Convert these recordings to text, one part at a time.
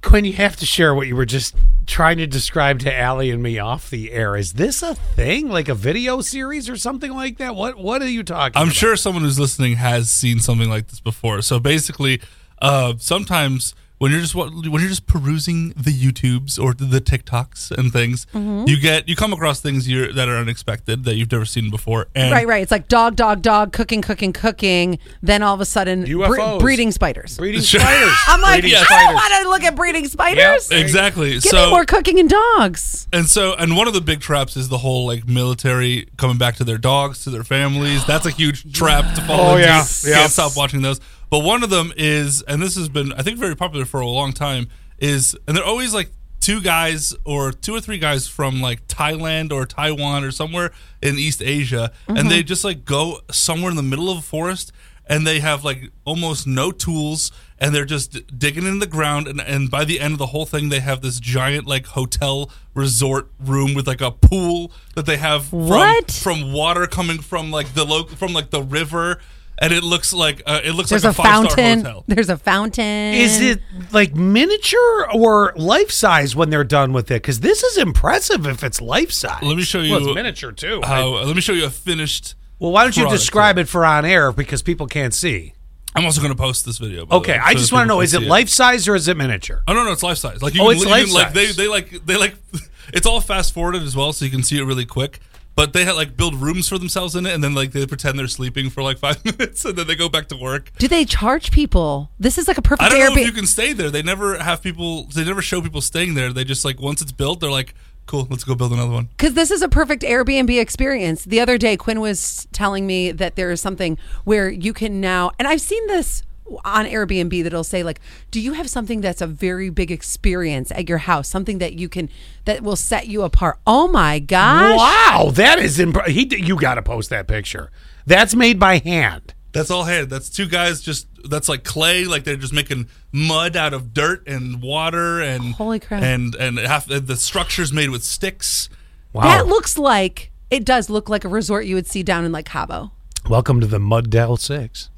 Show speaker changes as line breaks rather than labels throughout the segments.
Quinn, you have to share what you were just trying to describe to Allie and me off the air. Is this a thing, like a video series or something like that? What What are you talking?
I'm
about?
sure someone who's listening has seen something like this before. So basically, uh, sometimes when you're just wa- when you're just perusing the YouTubes or the TikToks and things,
Mm-hmm.
you get you come across things you're, that are unexpected that you've never seen before. And
Right, right. It's like dog, dog, dog, cooking, cooking, cooking. Then all of a sudden, bre-
UFOs.
breeding spiders.
breeding
Sure.
spiders.
I'm like,
breeding
I don't want to look at breeding spiders.
Exactly.
Give
so
me more cooking and dogs.
and so and one of the big traps is the whole like military coming back to their dogs to their families. That's a huge trap to fall
Oh,
into.
yeah. Yeah.
Can't stop watching those. But one of them is, and this has been I think very popular for a long time. Is and they're always like two guys or two or three guys from like Thailand or Taiwan or somewhere in East Asia, and they just like go somewhere in the middle of a forest. And they have like almost no tools, and they're just digging in the ground. And, and by the end of the whole thing, they have this giant like hotel resort room with like a pool that they have from-
What?
from water coming from like the local from like the river, and it looks like uh, it looks
There's
like
a
a, five
fountain.
star hotel.
There's a fountain.
Is it like miniature or life size when they're done with it? Because this is impressive if it's life size.
Let me show you
Well, it's miniature too.
how- let me show you a finished.
well, why don't you
product
describe it for on air because people can't see?
I'm also going to post this video. by the
Okay,
way,
I
so
just
that
want to
people
know:
can
is it
see
life size or is it miniature?
Oh no, no, it's life size. Like you
Oh,
can,
it's
you can,
life
like they
size.
they like they like it's all fast forwarded as well, so you can see it really quick. But they had like build rooms for themselves in it, and then like they pretend they're sleeping for like five minutes, and then they go back to work.
Do they charge people? This is like a perfect
I don't know
Airbnb.
if you can stay there. They never have people. They never show people staying there. They just like once it's built, they're like, "Cool, let's go build another one."
Because this is a perfect Airbnb experience. The other day, Quinn was telling me that there is something where you can now, and I've seen this on Airbnb that'll say, like, do you have something that's a very big experience at your house? Something that you can, that will set you apart. Oh my gosh.
Wow, that is imp- he. d- You got to post that picture. That's made by hand.
That's all hand. That's two guys just. That's like clay. Like they're just making mud out of dirt and water and
Holy crap.
And and half and the structure's made with sticks.
Wow.
That looks like, it does look like a resort you would see down in like Cabo.
Welcome to the Mud Dell Six.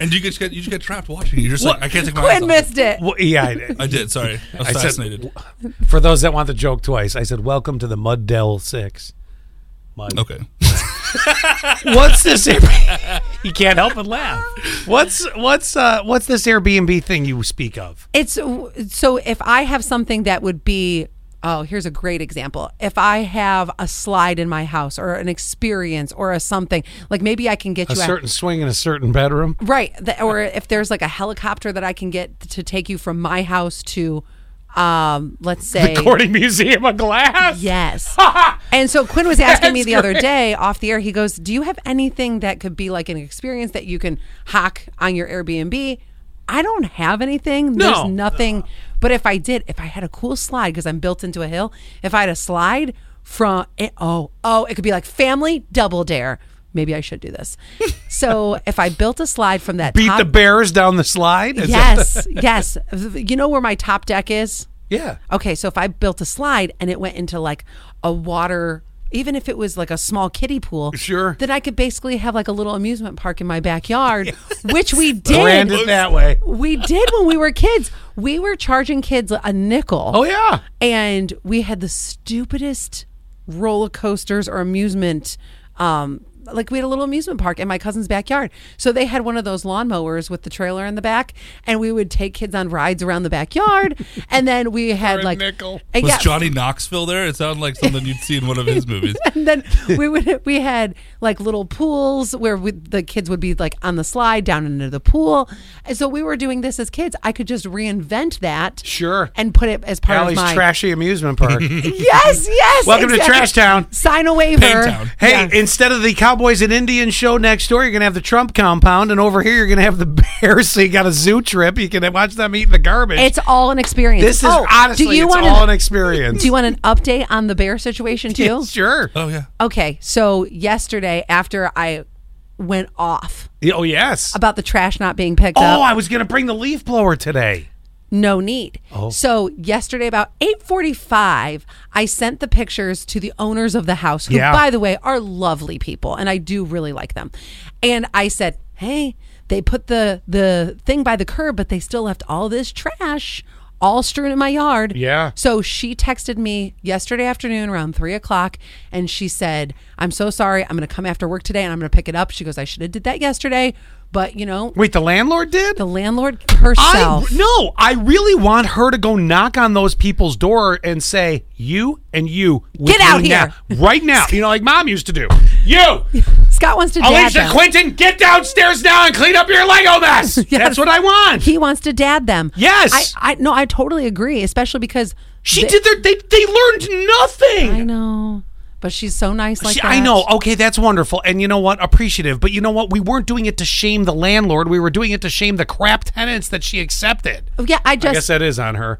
And you just get you just get trapped watching. it. You're just like I can't take my eyes
Quinn
off.
missed it.
Well, yeah, I,
I did. Sorry, I was
I
fascinated.
said for those that want the joke twice. I said, "Welcome to the Mud Dell 6. Mud.
okay.
What's this? Air- you can't help but laugh. What's what's uh, what's this Airbnb thing you speak of?
It's so if I have something that would be oh, here's a great example. If I have a slide in my house or an experience or a something, like maybe I can get
A
you
certain swing in a certain bedroom.
out, right, the, or if there's like a helicopter that I can get to take you from my house to um let's say
Recording Museum of Glass.
Yes. and so Quinn was asking me
That's
the other day off the air. He goes, "Do you have anything that could be like an experience that you can hack on your Airbnb?" I don't have anything.
No.
There's nothing. But if I did, if I had a cool slide because I'm built into a hill, if I had a slide from it, oh oh, it could be like family double dare. Maybe I should do this. so if I built a slide from that
Beat
top,
the bears down the slide. Is that the-
yes, yes, you know where my top deck is.
yeah.
Okay, so if I built a slide and it went into like a water, even if it was like a small kiddie pool,
Sure.
then I could basically have like a little amusement park in my backyard, which we did.
Brand it that way.
We did when we were kids. We were charging kids a nickel.
Oh yeah.
And we had the stupidest roller coasters or amusement. Um, like we had a little amusement park in my cousin's backyard. So they had one of those lawnmowers with the trailer in the back, and we would take kids on rides around the backyard. and then we had
a
like
nickel.
I
Was
got-
Johnny Knoxville there? It sounded like something you'd see in one of his movies.
and then we would we had like little pools where we, the kids would be like on the slide down into the pool. And so we were doing this as kids. I could just reinvent that,
Sure.
and put it as part
Allie's
of my
trashy amusement park.
Yes, yes.
Welcome to Trash Town.
Sign a waiver.
Paint Town.
Hey,
Yeah.
instead of the Cowboys and Indians show next door, you're going to have the Trump compound, and over here, you're going to have the Bears. So you got a zoo trip. You can watch them eat the garbage.
It's all an experience.
this is
Oh,
honestly,
do you
it's
want
all an
an,
experience.
Do you Uh, want an update on the bear situation too?
Yeah, sure.
Oh yeah.
Okay, so yesterday after I went off
Yeah, oh, yes.
about the trash not being picked up.
oh, I was going to bring the leaf blower today.
no need.
Oh.
So yesterday about 8:45, I sent the pictures to the owners of the house who
Yeah.
by the way are lovely people and I do really like them. And I said, "Hey, They put the the thing by the curb, but they still left all this trash all strewn in my yard.
Yeah.
So she texted me yesterday afternoon around three o'clock, and she said, "I'm so sorry. I'm going to come after work today, and I'm going to pick it up." She goes, "I should have did that yesterday, but you know,
Wait, the landlord did?
the landlord
I
herself."
no, I really want her to go knock on those people's door and say, "You and you, with
Get out
me now, right now." You know, like mom used to do. You,
Scott wants to dad
Alicia
them.
Quinton, get downstairs now and clean up your Lego mess. That's what I want.
He wants to dad them.
Yes.
I, I no, I totally agree, especially because
she
the-
did their. They they learned nothing.
I know, but she's so nice like
She-
that.
I know. Okay, that's wonderful. And you know what? Appreciative. But you know what? We weren't doing it to shame the landlord. We were doing it to shame the crap tenants that she accepted.
Yeah,
I
I just
guess that is on her.